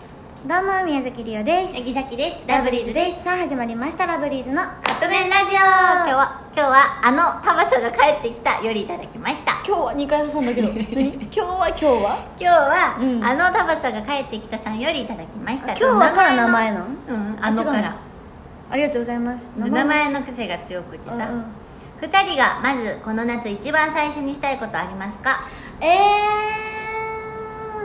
どうも宮崎りおですぎさきですラブリーズですさあ始まりましたラブリーズのカッカップ麺ラジオ今日は今日はあのタバサが帰ってきたよりいただきました今日は2回挟んだけ ど今日は今日は今日は、うんあのタバサが帰ってきたさんよりいただきました今日はから名前なんうんあのかあらありがとうございます名前の癖が強くてさ、二2人がまずこの夏一番最初にしたいことありますかえ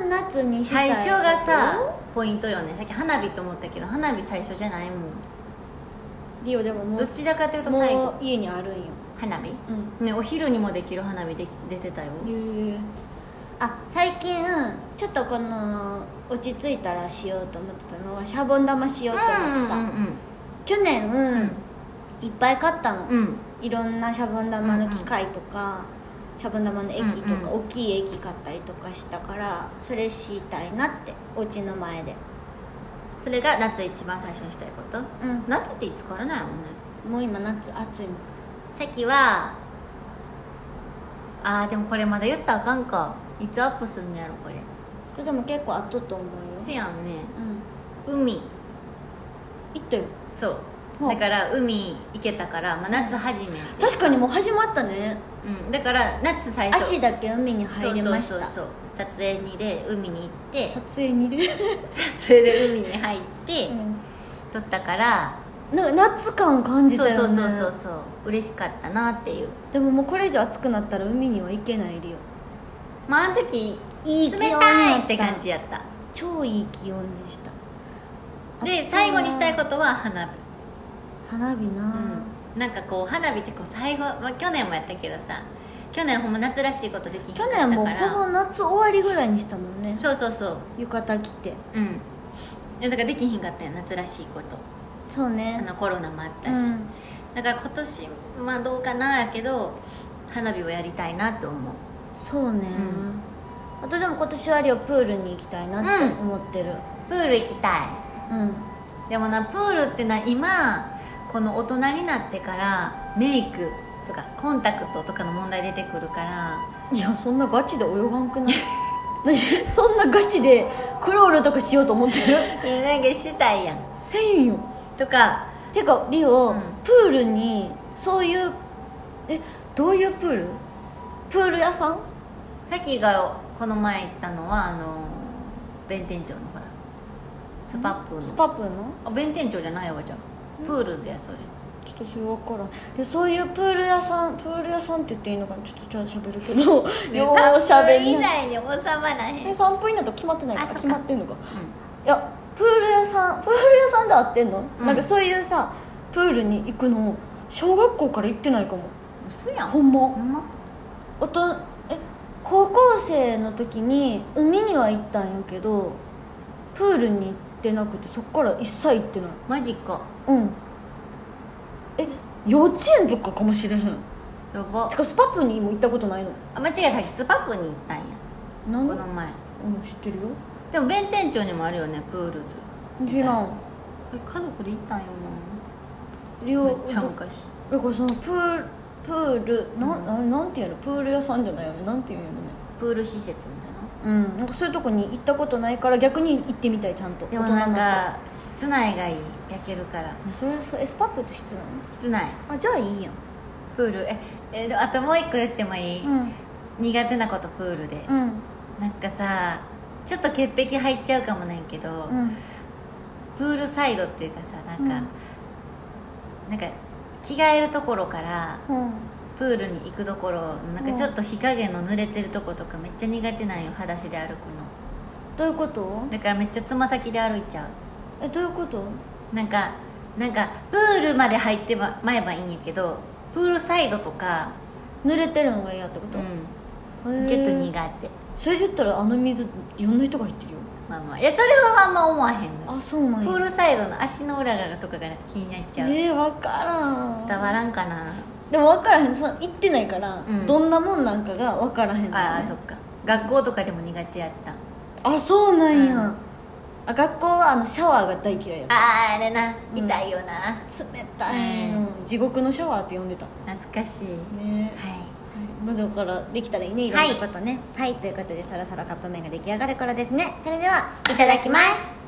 ー夏にしたい最初がさポイントよねさっき花火と思ったけど花火最初じゃないもんリオでももどうちらかというと最も後う家にあるんよ花火、うんね、お昼にもできる花火で出てたよあ最近ちょっとこの落ち着いたらしようと思ってたのはシャボン玉しようと思ってた、うん去年、いっぱい買ったの、うんうんいろんなシャボン玉の機械とか、シャボン玉の液とか、うんうん大きい液買ったりとかしたからそれしたいなってお家の前でそれが夏一番最初にしたいこと、うん夏っていつからないもんねもう今夏暑いもんさっきはあーでもこれまだ言ったらあかんかいつアップすんのやろこれこれでも結構あっとと思うよせやんねうん海いっとよそうほうだから海行けたから、まあ、夏初めて、確かにもう始まったねうん、だから夏最初足だけ海に入りましたそうそうそうそう撮影にで海に行って撮撮影にで、影で海に入って、う撮ったからん、なんか夏感を感じたそようねそうそうそうそう嬉しかったなっていうでももうこれ以上暑くなったら海には行けないリオまああの時いい冷気温たいやって感じやった超いい気温でしたで暑最後にしたいことは花火、花火な、うん、なんかこう花火ってこう最後、まあ、去年もやったけどさ去年ほんま夏らしいことできんか去ったから年もほぼ夏終わりぐらいにしたもんねそうそうそう浴衣着てうんいやだからできひんかったよ夏らしいことそうあねのコロナもあったうし、ん、だから今年はどうかなやけど花火をやりたいなと思うそうね、んあとでも今年はリオプールに行きたいなってうん思ってるプール行きたいうん、でもなプールってな今この大人になってからメイクとかコンタクトとかの問題出てくるからいやそんなガチで泳がんくない 何そんなガチでクロールとかしようと思ってるえなんかしたいやんせんよとかてかリオ、うんプールにそういうえどういうプールプール屋さんさっきがこの前行ったのはあの弁天町のほらスパップのスパップのあ弁天町じゃないわじゃあプールズやそれちょっとそれ分からんでそういうプール屋さんプール屋さんって言っていいのかなちょっとじゃあしゃべるけ ど、ようしゃべり3分以ない内に収まらへんえ3分以内とか決まってないあかそっか決まってんのかいやプール屋さんプール屋さんで合ってんの、うんなんかそういうさプールに行くの小学校から行ってないかも嘘やんほんまほんまおとえ高校生の時に海には行ったんやけどプールに行ってなくてそっから一切行ってないマジかうんえ幼稚園とかかもしれへんやばてかスパップにも行ったことないのあ間違えたスパップに行ったんやなこんの前うん知ってるよでも弁天町にもあるよねプールズ知らん家族で行ったんよリなオめっちゃど昔だからそのプールプールなん、なん、なんていうのプール屋さんじゃないよねなんていうんやろねプール施設みたいなうんなんかそういうとこに行ったことないから逆に行ってみたいちゃんとでも大人なんになっか室内がいい焼けるからてそれはそうエスパップって室なの室内あじゃあいいやんプールええでもあともう一個言ってもいい、うん苦手なことプールで、うんなんかさちょっと潔癖入っちゃうかもないけど、うんプールサイドっていうかさなんか、うんなんか着替えるところからうんプールに行くところなんかちょっと日陰の濡れてるとことかめっちゃ苦手なんよ裸足で歩くのどういうことだからめっちゃつま先で歩いちゃえどういうことうなんかなんかプールまで入ってままえばいいんやけどプールサイドとか、濡れてるのが嫌ってこうと、へん、ーちょっと苦手それで言ったらあの水いろんな人が入ってるよまあまあいやそれはあんま思わへんのよあそうなんプやールサイドの足の裏側とかがなんか気になっちゃう、えー、分からん伝わらんかな、でも分からへんその行ってないから、んどんなもんなんかが分からへんのねああそっか学校とかでも苦手やったあそうなんや、うんあ学校はあのシャワーが大嫌いやったあああれなうん痛いよな、冷たいの、う地獄のシャワーって呼んでたね懐かしいえはいまあだからできたらいいねいろんなことねはい、ということでそろそろカップ麺が出来上がる頃ですねそれではいただきます